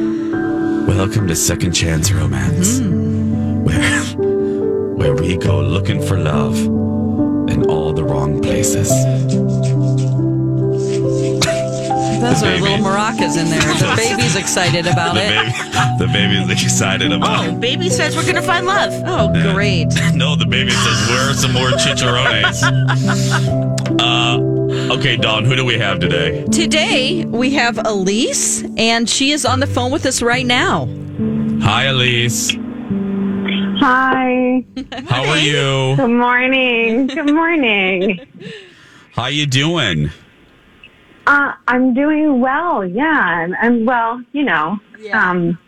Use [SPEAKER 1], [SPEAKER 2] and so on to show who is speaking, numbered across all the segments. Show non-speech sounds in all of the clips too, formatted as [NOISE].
[SPEAKER 1] Welcome to Second Chance Romance, where [LAUGHS] where we go looking for love in all the wrong places.
[SPEAKER 2] Those
[SPEAKER 1] The
[SPEAKER 2] are little
[SPEAKER 1] baby.
[SPEAKER 2] maracas in there. The baby's excited about
[SPEAKER 1] The
[SPEAKER 2] it.
[SPEAKER 1] baby, the baby's excited about.
[SPEAKER 3] Oh, baby says we're gonna find love.
[SPEAKER 2] Oh, great.
[SPEAKER 1] [LAUGHS] No, the baby says, "Where are some more chicharrones?" uh, okay, Dawn, who do we have today?
[SPEAKER 2] Today, we have Elise, and she is on the phone with us right now.
[SPEAKER 1] Hi, Elise.
[SPEAKER 4] Hi.
[SPEAKER 1] How are you?
[SPEAKER 4] Good morning. Good morning.
[SPEAKER 1] How you doing?
[SPEAKER 4] Uh, I'm doing well. Yeah, I'm, I'm well. You know. Yeah. Um,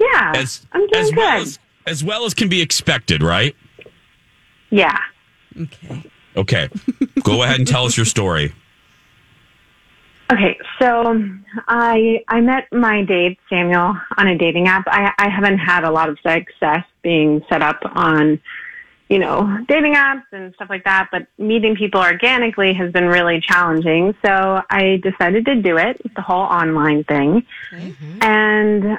[SPEAKER 4] yeah.
[SPEAKER 1] As
[SPEAKER 4] I'm doing
[SPEAKER 1] as
[SPEAKER 4] good.
[SPEAKER 1] well as, as well as can be expected, right?
[SPEAKER 4] yeah.
[SPEAKER 2] Okay.
[SPEAKER 1] Okay, go ahead and tell us your story.
[SPEAKER 4] Okay. So I I met my date Samuel on a dating app. I I haven't had a lot of success being set up on you know dating apps and stuff like that, but meeting people organically has been really challenging. So I decided to do it, the whole online thing. And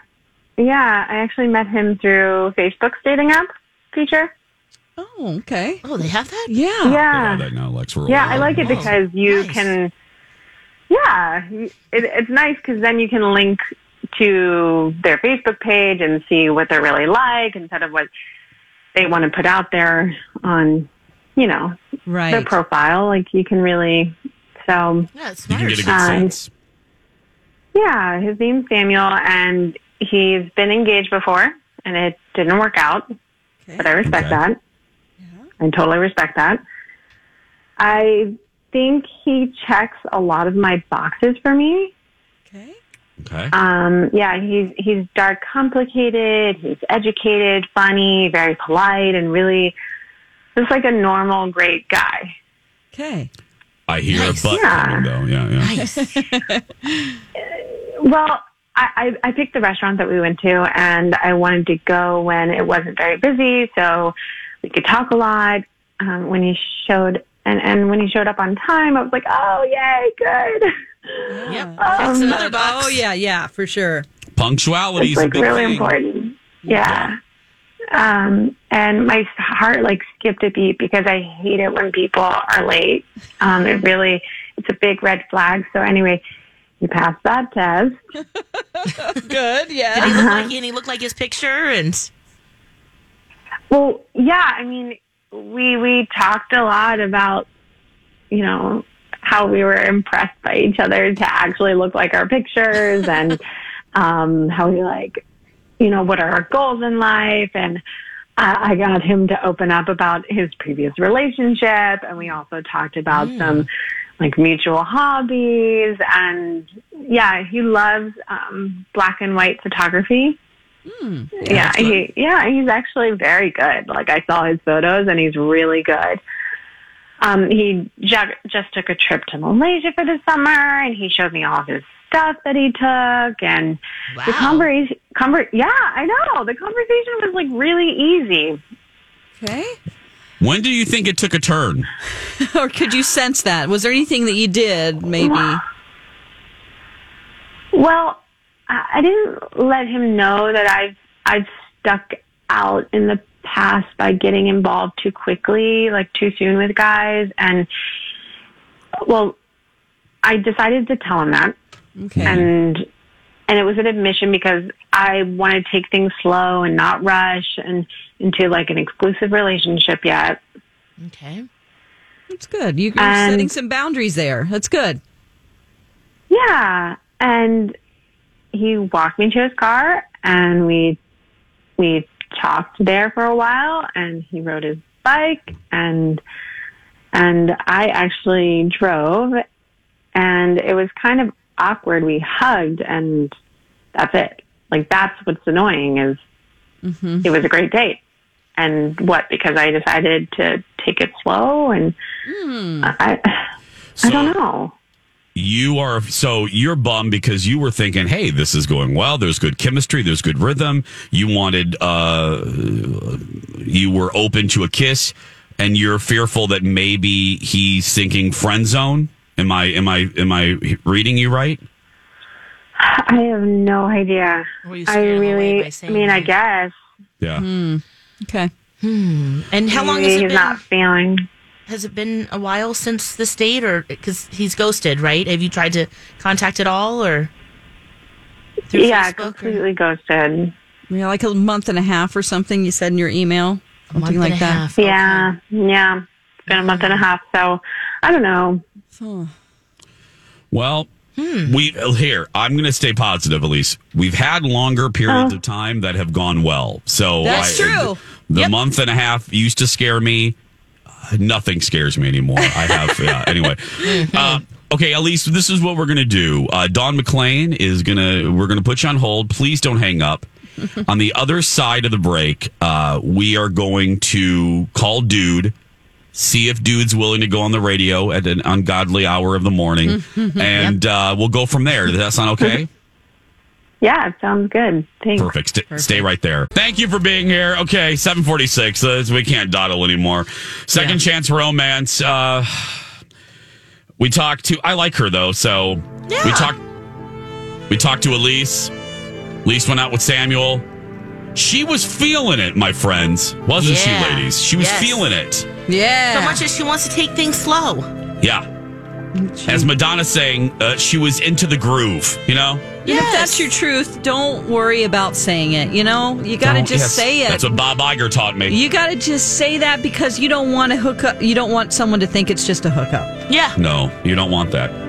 [SPEAKER 4] yeah, I actually met him through Facebook's dating app feature.
[SPEAKER 2] Oh, okay.
[SPEAKER 3] Oh, they have that?
[SPEAKER 2] Yeah.
[SPEAKER 4] yeah.
[SPEAKER 1] Get all that now, Lex. We're
[SPEAKER 4] Yeah,
[SPEAKER 1] all
[SPEAKER 4] I
[SPEAKER 1] over
[SPEAKER 4] like
[SPEAKER 1] the
[SPEAKER 4] it
[SPEAKER 1] place.
[SPEAKER 4] because you
[SPEAKER 3] nice.
[SPEAKER 4] can, yeah, you- it, it's nice because then you can link to their Facebook page and see what they're really like instead of what they want to put out there on, you know, their
[SPEAKER 2] Right.
[SPEAKER 4] profile. Like you can really, so
[SPEAKER 3] Yeah, it's
[SPEAKER 1] you can
[SPEAKER 3] smart.
[SPEAKER 1] get a good
[SPEAKER 4] Hi.
[SPEAKER 1] sense.
[SPEAKER 4] yeah, his name's Samuel and he's been engaged before and it didn't work out.
[SPEAKER 2] Okay.
[SPEAKER 4] but I respect
[SPEAKER 1] Okay.
[SPEAKER 4] that. I totally respect that. I think he checks a lot of my boxes for me.
[SPEAKER 2] Okay.
[SPEAKER 1] Okay.
[SPEAKER 4] Um, yeah, he's he's dark, complicated. He's educated, funny, very polite, and really just like a normal, great guy.
[SPEAKER 2] Okay.
[SPEAKER 1] I hear
[SPEAKER 3] Nice.
[SPEAKER 1] a butt
[SPEAKER 4] Yeah.
[SPEAKER 1] coming though. Yeah, yeah.
[SPEAKER 3] Nice.
[SPEAKER 4] Well, I, I, I picked the restaurant that we went to, and I wanted to go when it wasn't very busy, so we could talk a lot. Um, when he showed and and when he showed up on time, I was like, oh yay, good.
[SPEAKER 3] Yep.
[SPEAKER 4] Um,
[SPEAKER 3] [LAUGHS] That's another box.
[SPEAKER 2] Ah. Oh, yeah, yeah, for sure.
[SPEAKER 1] Punctuality
[SPEAKER 4] it's
[SPEAKER 1] is a
[SPEAKER 4] like
[SPEAKER 1] big
[SPEAKER 4] really
[SPEAKER 1] thing.
[SPEAKER 4] important. Yeah. Um, and my heart like skipped a beat because I hate it when people are late. Um, it really, it's a big red flag. So anyway, he passed that test.
[SPEAKER 2] Good,
[SPEAKER 3] Did
[SPEAKER 2] yeah.
[SPEAKER 3] he look
[SPEAKER 4] Uh-huh.
[SPEAKER 3] like and he looked like his picture and
[SPEAKER 4] Well, yeah, I mean, we we talked a lot about, you know, how we were impressed by each other to actually look like our pictures and um how we like, you know, what are our goals in life and I I got him to open up about his previous relationship, and we also talked about some like mutual hobbies. And yeah, he loves um, black and white photography. yeah, he, yeah, he's actually very good. Like I saw his photos, and he's really good. Um, he ju- just took a trip to Malaysia for the summer, and he showed me all of his stuff that he took, and the
[SPEAKER 3] Wow.
[SPEAKER 4] conversation. Conver- yeah, I know the conversation was like really easy.
[SPEAKER 2] [LAUGHS] Okay.
[SPEAKER 1] When do you think it took a turn?
[SPEAKER 2] Or could you sense that? Was there anything that you did, maybe?
[SPEAKER 4] Well, I I didn't let him know that I've I've stuck out in the past by getting involved too quickly, like too soon with guys, and well, I decided to tell him that,
[SPEAKER 2] Okay.
[SPEAKER 4] and and it was an admission because I want to take things slow and not rush and into like an exclusive relationship yet.
[SPEAKER 3] Okay.
[SPEAKER 2] That's good. You- You're
[SPEAKER 4] And-
[SPEAKER 2] setting some boundaries there. That's good.
[SPEAKER 4] Yeah, and he walked me to his car, and we we talked there for a while, and he rode his bike, and and I actually drove, and it was kind of awkward. We hugged, and that's it. Like that's what's annoying is it was a great date. And what? Because I decided to take it slow, and I, I don't know.
[SPEAKER 1] you are so you're bummed because you were thinking, hey, this is going well. There's good chemistry. There's good rhythm. You wanted, uh, you were open to a kiss, and you're fearful that maybe he's thinking friend zone. Am I am I am I reading you right?
[SPEAKER 4] I have no idea.
[SPEAKER 3] Were you
[SPEAKER 4] I
[SPEAKER 3] scared away
[SPEAKER 4] really,
[SPEAKER 3] by
[SPEAKER 4] I
[SPEAKER 3] saying
[SPEAKER 4] mean, I
[SPEAKER 3] that?
[SPEAKER 4] guess.
[SPEAKER 1] Yeah.
[SPEAKER 2] Okay.
[SPEAKER 3] And how long
[SPEAKER 4] Maybe
[SPEAKER 3] has
[SPEAKER 4] he's
[SPEAKER 3] it been?
[SPEAKER 4] not feeling.
[SPEAKER 3] Has it been a while since this date, or because he's ghosted, right? Have you tried to contact at all, or through
[SPEAKER 4] Yeah,
[SPEAKER 3] Facebook or-
[SPEAKER 4] completely ghosted.
[SPEAKER 2] Yeah, like a month and a half or something you said in your email.
[SPEAKER 3] a month
[SPEAKER 2] Something like
[SPEAKER 3] and a
[SPEAKER 2] that.
[SPEAKER 3] half? okay.
[SPEAKER 4] Yeah,
[SPEAKER 3] Mm-hmm.
[SPEAKER 4] yeah. It's been a month and a half, so I don't know.
[SPEAKER 1] Well,
[SPEAKER 2] Hmm.
[SPEAKER 1] we uh, here. I'm going to stay positive, Elise. We've had longer periods of time that have gone well. So
[SPEAKER 2] Oh.
[SPEAKER 1] uh,
[SPEAKER 2] That's true.
[SPEAKER 1] The
[SPEAKER 2] Yep.
[SPEAKER 1] month and a half used to scare me. Uh, Nothing scares me anymore. I
[SPEAKER 2] [LAUGHS]
[SPEAKER 1] have yeah. Anyway, uh, okay, Elise. This is what we're going to do. Uh, Don McLean is going to. We're going to put you on hold. Please don't hang
[SPEAKER 2] [LAUGHS]
[SPEAKER 1] up. on the other side of the break, uh, we are going to call dude see if dude's willing to go on the radio at an ungodly hour of the morning,
[SPEAKER 3] Mm-hmm.
[SPEAKER 1] and uh, we'll go from there. Does that sound
[SPEAKER 3] [LAUGHS]
[SPEAKER 1] okay?
[SPEAKER 4] Yeah, it sounds good. Thanks.
[SPEAKER 1] Perfect. St- Stay right there. Thank you for being here. Okay, seven forty-six. Uh, we can't dawdle anymore. Second chance romance. Uh, we talked to. I like her though, so we talked. We talked to Elise. Elise went out with Samuel. She was feeling it, my friends, wasn't
[SPEAKER 3] Yeah.
[SPEAKER 1] she, ladies? She was
[SPEAKER 3] Yes.
[SPEAKER 1] feeling it.
[SPEAKER 2] Yeah.
[SPEAKER 3] So much as she wants to take things slow.
[SPEAKER 1] Yeah. As Madonna's saying, uh, she was into the groove, you know?
[SPEAKER 2] And if that's your truth, don't worry about saying it. You know, you got to
[SPEAKER 1] Don't-
[SPEAKER 2] just
[SPEAKER 1] yes.
[SPEAKER 2] say it.
[SPEAKER 1] That's what Bob Iger taught me.
[SPEAKER 2] you got to just say that because you don't want to hook up. You don't want someone to think it's just a
[SPEAKER 3] [LAUGHS]
[SPEAKER 2] hookup.
[SPEAKER 3] Yeah.
[SPEAKER 1] No, you don't want that.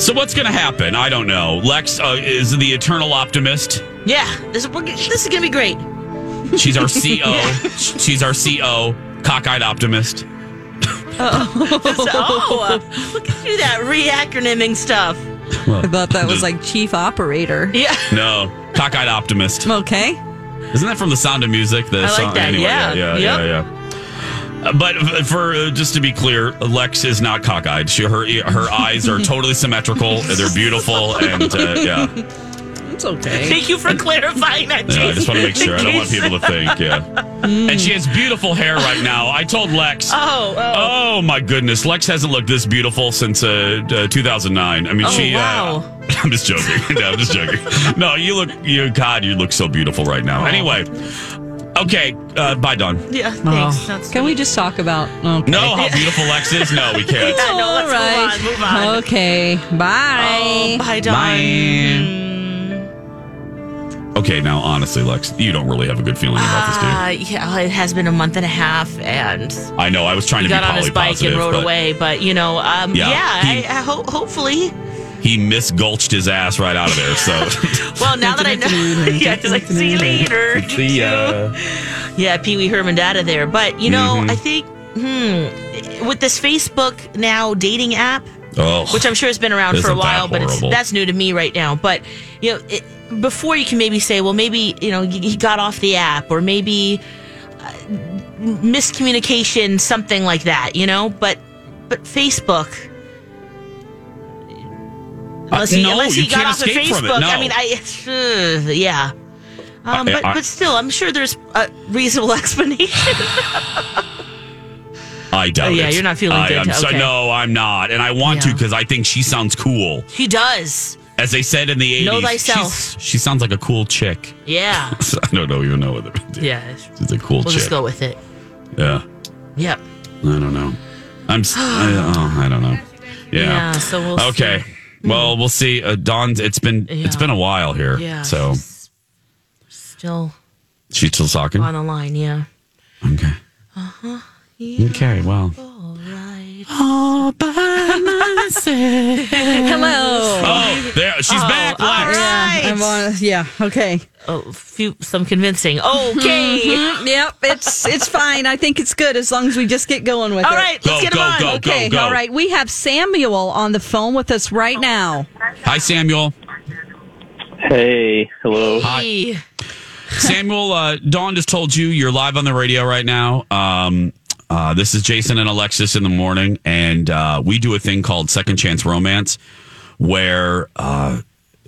[SPEAKER 1] So what's going to happen? I don't know. Lex uh, is the eternal optimist.
[SPEAKER 3] Yeah. This, we're, this is gonna be great.
[SPEAKER 1] She's
[SPEAKER 2] [LAUGHS]
[SPEAKER 1] our CO. She's our CO, cockeyed optimist.
[SPEAKER 3] So, oh, [LAUGHS] look at you that reacronyming stuff.
[SPEAKER 2] I thought that was
[SPEAKER 1] Mm.
[SPEAKER 2] like chief operator.
[SPEAKER 3] Yeah.
[SPEAKER 1] No, cockeyed optimist.
[SPEAKER 2] Okay.
[SPEAKER 1] Isn't that from The Sound of Music? The
[SPEAKER 3] I like
[SPEAKER 1] song-
[SPEAKER 3] that, yeah.
[SPEAKER 1] yeah, yeah, yeah. Uh, But f- for uh, just to be clear, Lex is not cockeyed. She, her e,
[SPEAKER 3] [LAUGHS]
[SPEAKER 1] her eyes are totally symmetrical. They're beautiful, and uh, yeah, yeah.
[SPEAKER 2] It's okay.
[SPEAKER 3] Thank you for clarifying that.
[SPEAKER 1] I just want to make
[SPEAKER 3] Jason,
[SPEAKER 1] sure. I don't want
[SPEAKER 3] in case-
[SPEAKER 1] people to think. Yeah, and she has beautiful hair right now. I told Lex.
[SPEAKER 3] Mm. Oh, oh.
[SPEAKER 1] Oh my goodness, Lex hasn't looked this beautiful since uh, d- uh, 2009. I mean,
[SPEAKER 3] Oh,
[SPEAKER 1] she.
[SPEAKER 3] wow.
[SPEAKER 1] Uh, [LAUGHS] I'm just joking. no, I'm just joking. No, you look. You God, you look so beautiful right
[SPEAKER 3] Oh.
[SPEAKER 1] now. Anyway, okay. Uh, bye, Don.
[SPEAKER 3] Yeah, thanks. That's
[SPEAKER 2] Can we just talk about? Okay.
[SPEAKER 1] No, how beautiful Lex is? No, we can't.
[SPEAKER 3] [LAUGHS] Yeah, no, let's move
[SPEAKER 2] All
[SPEAKER 3] on, move on.
[SPEAKER 2] Okay. Bye.
[SPEAKER 3] Oh, bye, Don.
[SPEAKER 1] Okay, now honestly, Lex, you don't really have a good feeling about this, dude.
[SPEAKER 3] Uh, yeah, it has been a month and a half, and
[SPEAKER 1] I know. I was trying
[SPEAKER 3] he
[SPEAKER 1] to be
[SPEAKER 3] got on his
[SPEAKER 1] poly
[SPEAKER 3] bike
[SPEAKER 1] positive,
[SPEAKER 3] and rode
[SPEAKER 1] but
[SPEAKER 3] away. But you know, um,
[SPEAKER 1] Yeah,
[SPEAKER 3] yeah,
[SPEAKER 1] he-
[SPEAKER 3] I, I ho- hopefully.
[SPEAKER 1] he misgulched his ass right out of there.
[SPEAKER 3] [LAUGHS]
[SPEAKER 1] So,
[SPEAKER 3] Well, now that
[SPEAKER 1] [LAUGHS]
[SPEAKER 3] I know, yeah, he's like, see you later. yeah, Pee Wee Herman out of there. But you know,
[SPEAKER 1] Mm-hmm.
[SPEAKER 3] I think hmm, with this Facebook now dating app,
[SPEAKER 1] oh,
[SPEAKER 3] which I'm sure has been around for a
[SPEAKER 1] Isn't that
[SPEAKER 3] while, but it's,
[SPEAKER 1] horrible?
[SPEAKER 3] that's new to me right now. But you know, it, before you can maybe say, well, maybe you know he he got off the app, or maybe uh, miscommunication, something like that, you know. But but Facebook. Unless he,
[SPEAKER 1] Uh, no,
[SPEAKER 3] unless he
[SPEAKER 1] you
[SPEAKER 3] got
[SPEAKER 1] can't
[SPEAKER 3] off of
[SPEAKER 1] escape
[SPEAKER 3] Facebook.
[SPEAKER 1] from it, no.
[SPEAKER 3] I mean, I uh, yeah. Um,
[SPEAKER 1] I-
[SPEAKER 3] but
[SPEAKER 1] I-
[SPEAKER 3] but still, I'm sure there's a reasonable [LAUGHS] explanation.
[SPEAKER 1] I doubt
[SPEAKER 3] Oh, yeah,
[SPEAKER 1] it.
[SPEAKER 3] you're not feeling
[SPEAKER 1] I,
[SPEAKER 3] good.
[SPEAKER 1] I'm so-
[SPEAKER 3] Okay.
[SPEAKER 1] no, I'm not, and I want to
[SPEAKER 3] Yeah.
[SPEAKER 1] because I think she sounds cool.
[SPEAKER 3] he does.
[SPEAKER 1] As they said in the 80s,
[SPEAKER 3] Know thyself.
[SPEAKER 1] she's- she sounds like a cool chick. [LAUGHS]
[SPEAKER 3] Yeah.
[SPEAKER 1] I don't know, even know what it is.
[SPEAKER 3] yeah.
[SPEAKER 1] She's a cool
[SPEAKER 3] We'll
[SPEAKER 1] chick.
[SPEAKER 3] just go with it.
[SPEAKER 1] Yeah.
[SPEAKER 3] Yep.
[SPEAKER 1] I don't know. I'm. s- I, oh, I don't know. Yeah.
[SPEAKER 3] Yeah, so we'll Mm.
[SPEAKER 1] okay. Well, we'll see. Uh, Dawn's it's been it's
[SPEAKER 3] Yeah.
[SPEAKER 1] been a while here.
[SPEAKER 3] Yeah.
[SPEAKER 1] So
[SPEAKER 3] she's still
[SPEAKER 1] she's still talking.
[SPEAKER 3] on the line. Yeah.
[SPEAKER 1] Okay.
[SPEAKER 3] Uh-huh.
[SPEAKER 1] Okay. Well.
[SPEAKER 3] Oh,
[SPEAKER 1] All by myself.
[SPEAKER 2] Hello.
[SPEAKER 1] Oh, there she's back, Lex.
[SPEAKER 2] I'm on. Yeah. Okay.
[SPEAKER 3] Oh, few, some convincing. Okay.
[SPEAKER 2] Yep. It's it's fine. I think it's good as long as we just get going with it.
[SPEAKER 3] All right.
[SPEAKER 1] Go,
[SPEAKER 3] let's get
[SPEAKER 1] go,
[SPEAKER 3] him on.
[SPEAKER 1] go.
[SPEAKER 2] Okay. All right. We have Samuel on the phone with us right now.
[SPEAKER 1] Hi,
[SPEAKER 3] [LAUGHS]
[SPEAKER 1] Samuel.
[SPEAKER 5] Hey, hello.
[SPEAKER 3] Hey.
[SPEAKER 1] Samuel, uh, Dawn just told you you're live on the radio right now. Um, uh, this is Jason and Alexis in the morning, and uh, we do a thing called Second Chance Romance, where uh,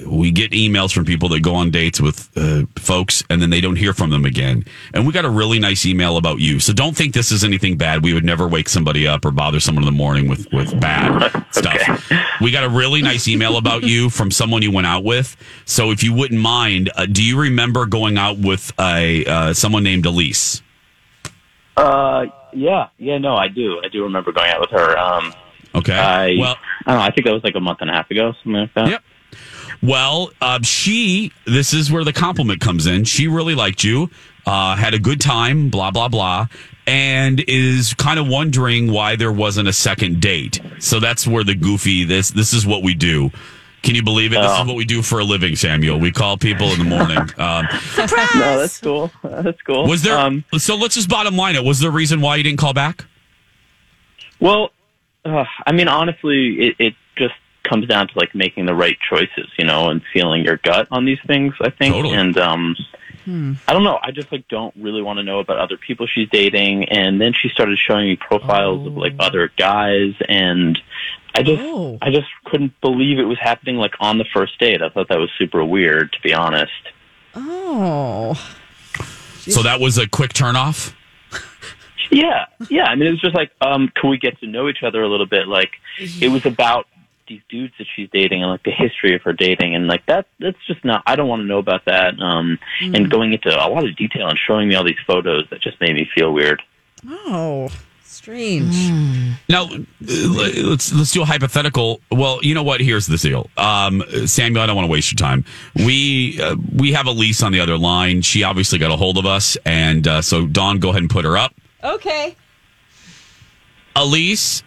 [SPEAKER 1] we get emails from people that go on dates with uh, folks, and then they don't hear from them again. And we got a really nice email about you, so don't think this is anything bad. We would never wake somebody up or bother someone in the morning with with bad stuff. We got a really nice email about you from someone you went out with. So if you wouldn't mind, uh, do you remember going out with a uh, someone named Elise?
[SPEAKER 5] Uh, yeah, yeah, no, I do. I do remember going out with her. Um,
[SPEAKER 1] Okay.
[SPEAKER 5] I
[SPEAKER 1] well,
[SPEAKER 5] I don't know. I think that was like a month and a half ago, something like that.
[SPEAKER 1] Yep. well, uh, she. This is where the compliment comes in. She really liked you. Uh, had a good time. Blah blah blah. And is kind of wondering why there wasn't a second date. So that's where the goofy. This this is what we do. Can you believe it? This is
[SPEAKER 5] Oh.
[SPEAKER 1] what we do for a living, Samuel. We call people in the morning.
[SPEAKER 5] [LAUGHS]
[SPEAKER 1] Um,
[SPEAKER 5] No, that's cool. [LAUGHS] That's cool.
[SPEAKER 1] was there?
[SPEAKER 5] Um,
[SPEAKER 1] so let's just bottom line it. Was there a reason why you didn't call back?
[SPEAKER 5] well, uh, I mean, honestly, it, it just comes down to like making the right choices, you know, and feeling your gut on these things. I think.
[SPEAKER 1] Totally.
[SPEAKER 5] And um, I don't know. I just like don't really want to know about other people she's dating. And then she started showing me profiles of like other guys, and I just
[SPEAKER 2] Oh.
[SPEAKER 5] I just couldn't believe it was happening like on the first date. I thought that was super weird, to be honest.
[SPEAKER 2] Oh.
[SPEAKER 1] So that was a quick turnoff.
[SPEAKER 5] Yeah, yeah. I mean, it was just like, um, can we get to know each other a little bit? Like, it was about these dudes that she's dating and like the history of her dating, and like that. That's just not. I don't want to know about that. Um, and going into a lot of detail and showing me all these photos that just made me feel weird.
[SPEAKER 2] Oh. Strange.
[SPEAKER 1] Now uh, let's let's do a hypothetical. Well, you know what? Here's the deal, um, Samuel. I don't want to waste your time. We uh, we have Elise on the other line. She obviously got a hold of us, and uh, so Dawn, go ahead and put her up.
[SPEAKER 2] Okay.
[SPEAKER 1] Elise,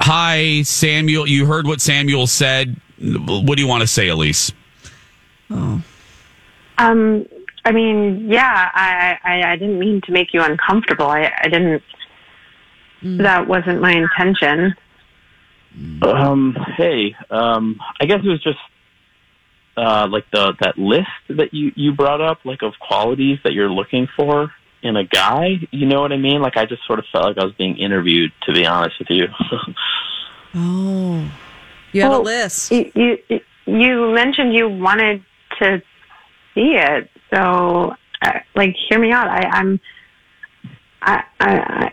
[SPEAKER 1] hi, Samuel. You heard what Samuel said. What do you want to say, Elise?
[SPEAKER 4] Um, I mean, yeah, I, I, I didn't mean to make you uncomfortable. I, I didn't.
[SPEAKER 3] Mm.
[SPEAKER 4] That wasn't my intention.
[SPEAKER 5] Um, hey, um, I guess it was just uh, like the that list that you you brought up, like of qualities that you're looking for in a guy. You know what I mean? Like, I just sort of felt like I was being interviewed. To be honest with you. [LAUGHS]
[SPEAKER 2] Oh. You had a
[SPEAKER 4] Well,
[SPEAKER 2] list.
[SPEAKER 4] You, you, you mentioned you wanted to see it, so uh, like, hear me out. I, I'm, I, I, I-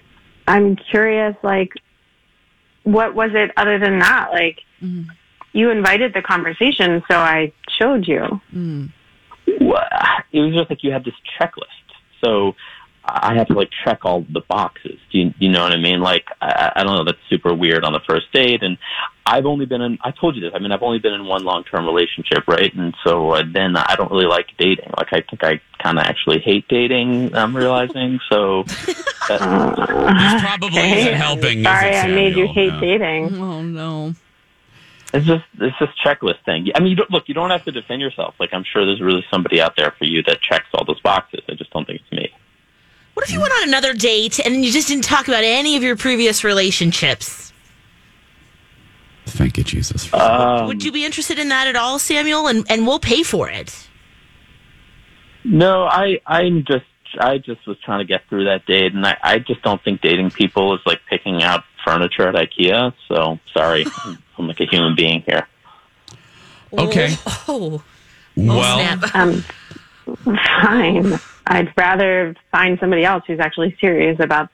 [SPEAKER 4] I'm curious. Like, what was it other than that? Like, you invited the conversation, so I showed you.
[SPEAKER 5] Well, it was just like you had this checklist. So I had to like check all the boxes. Do you, you know what I mean? Like I, I don't know. That's super weird on the first date. And I've only been in. I told you this. I mean, I've only been in one long term relationship, right? And so uh, then I don't really like dating. Like I think I kind of actually hate dating. I'm realizing. [LAUGHS] So that,
[SPEAKER 1] This probably isn't helping. is it,
[SPEAKER 4] Uh, Sorry, I made you
[SPEAKER 1] Samuel?
[SPEAKER 4] hate
[SPEAKER 1] Yeah.
[SPEAKER 4] dating.
[SPEAKER 2] Oh no.
[SPEAKER 5] it's just it's this checklist thing. I mean, you don't, look, you don't have to defend yourself. Like I'm sure there's really somebody out there for you that checks all those boxes. I just don't think it's me.
[SPEAKER 3] What if you went on another date and you just didn't talk about any of your previous relationships?
[SPEAKER 1] Thank you, Jesus.
[SPEAKER 4] Uh,
[SPEAKER 3] Would you be interested in that at all, Samuel? And and we'll pay for it.
[SPEAKER 5] No, I I'm just I just was trying to get through that date, and I I just don't think dating people is like picking out furniture at IKEA. So sorry, I'm like a human being here.
[SPEAKER 1] Okay.
[SPEAKER 3] Oh,
[SPEAKER 1] [LAUGHS] well,
[SPEAKER 3] snap.
[SPEAKER 4] Um, fine. I'd rather find somebody else who's actually serious about,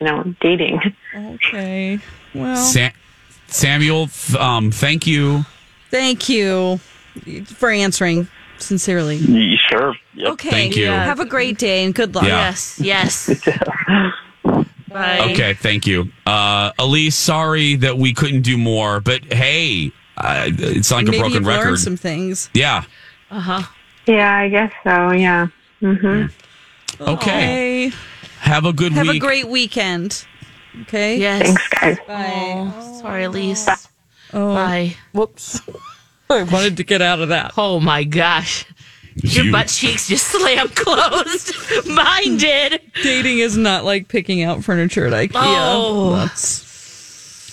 [SPEAKER 4] you know, dating. [LAUGHS]
[SPEAKER 2] Okay. Well,
[SPEAKER 1] Sa- Samuel, th- um, thank you.
[SPEAKER 2] thank you for answering sincerely.
[SPEAKER 5] You sure? Yep.
[SPEAKER 2] Okay.
[SPEAKER 1] Thank you. yeah.
[SPEAKER 2] Have a great day and good luck.
[SPEAKER 1] Yeah.
[SPEAKER 3] Yes, yes. Bye.
[SPEAKER 1] Okay, thank you. Uh, Elise, sorry that we couldn't do more, but hey, uh, it's like
[SPEAKER 2] Maybe
[SPEAKER 1] a broken
[SPEAKER 2] you've learned
[SPEAKER 1] record.
[SPEAKER 2] some things.
[SPEAKER 1] yeah.
[SPEAKER 4] Yeah, I guess so. Yeah. hmm
[SPEAKER 3] Oh.
[SPEAKER 1] Okay.
[SPEAKER 2] Hey,
[SPEAKER 1] Have a good
[SPEAKER 2] have
[SPEAKER 1] week.
[SPEAKER 2] a great weekend. Okay.
[SPEAKER 3] Yes.
[SPEAKER 4] Thanks, guys.
[SPEAKER 2] Bye.
[SPEAKER 3] Oh, sorry, Elise.
[SPEAKER 2] Oh,
[SPEAKER 3] Bye.
[SPEAKER 6] Whoops. I wanted to get out of that.
[SPEAKER 3] Oh my gosh. Your
[SPEAKER 1] You-
[SPEAKER 3] butt cheeks just [LAUGHS] slam closed. [LAUGHS] Mine did.
[SPEAKER 2] dating is not like picking out furniture at IKEA.
[SPEAKER 3] Oh.
[SPEAKER 2] That's-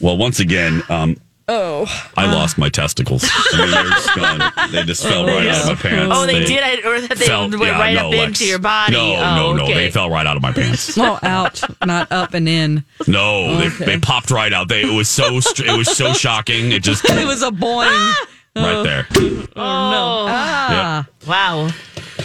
[SPEAKER 1] Well, once again, um,
[SPEAKER 2] oh.
[SPEAKER 3] Uh.
[SPEAKER 1] I lost my
[SPEAKER 3] [LAUGHS]
[SPEAKER 1] testicles. I mean, they're just gone. They just fell right out of my pants.
[SPEAKER 3] Oh, they, did. I, or that they
[SPEAKER 1] fell-
[SPEAKER 3] went
[SPEAKER 1] yeah,
[SPEAKER 3] right
[SPEAKER 1] no,
[SPEAKER 3] up
[SPEAKER 1] Lex.
[SPEAKER 3] into your body.
[SPEAKER 1] No,
[SPEAKER 3] oh,
[SPEAKER 1] no, no.
[SPEAKER 3] okay.
[SPEAKER 1] They fell right out of my pants.
[SPEAKER 2] Oh, out, not up and in.
[SPEAKER 1] No, they, they popped right out. They it was so str- it was so shocking. It
[SPEAKER 3] [LAUGHS]
[SPEAKER 1] just
[SPEAKER 2] Ah! It was a boing.
[SPEAKER 1] right there.
[SPEAKER 3] Oh,
[SPEAKER 2] Ah.
[SPEAKER 3] wow.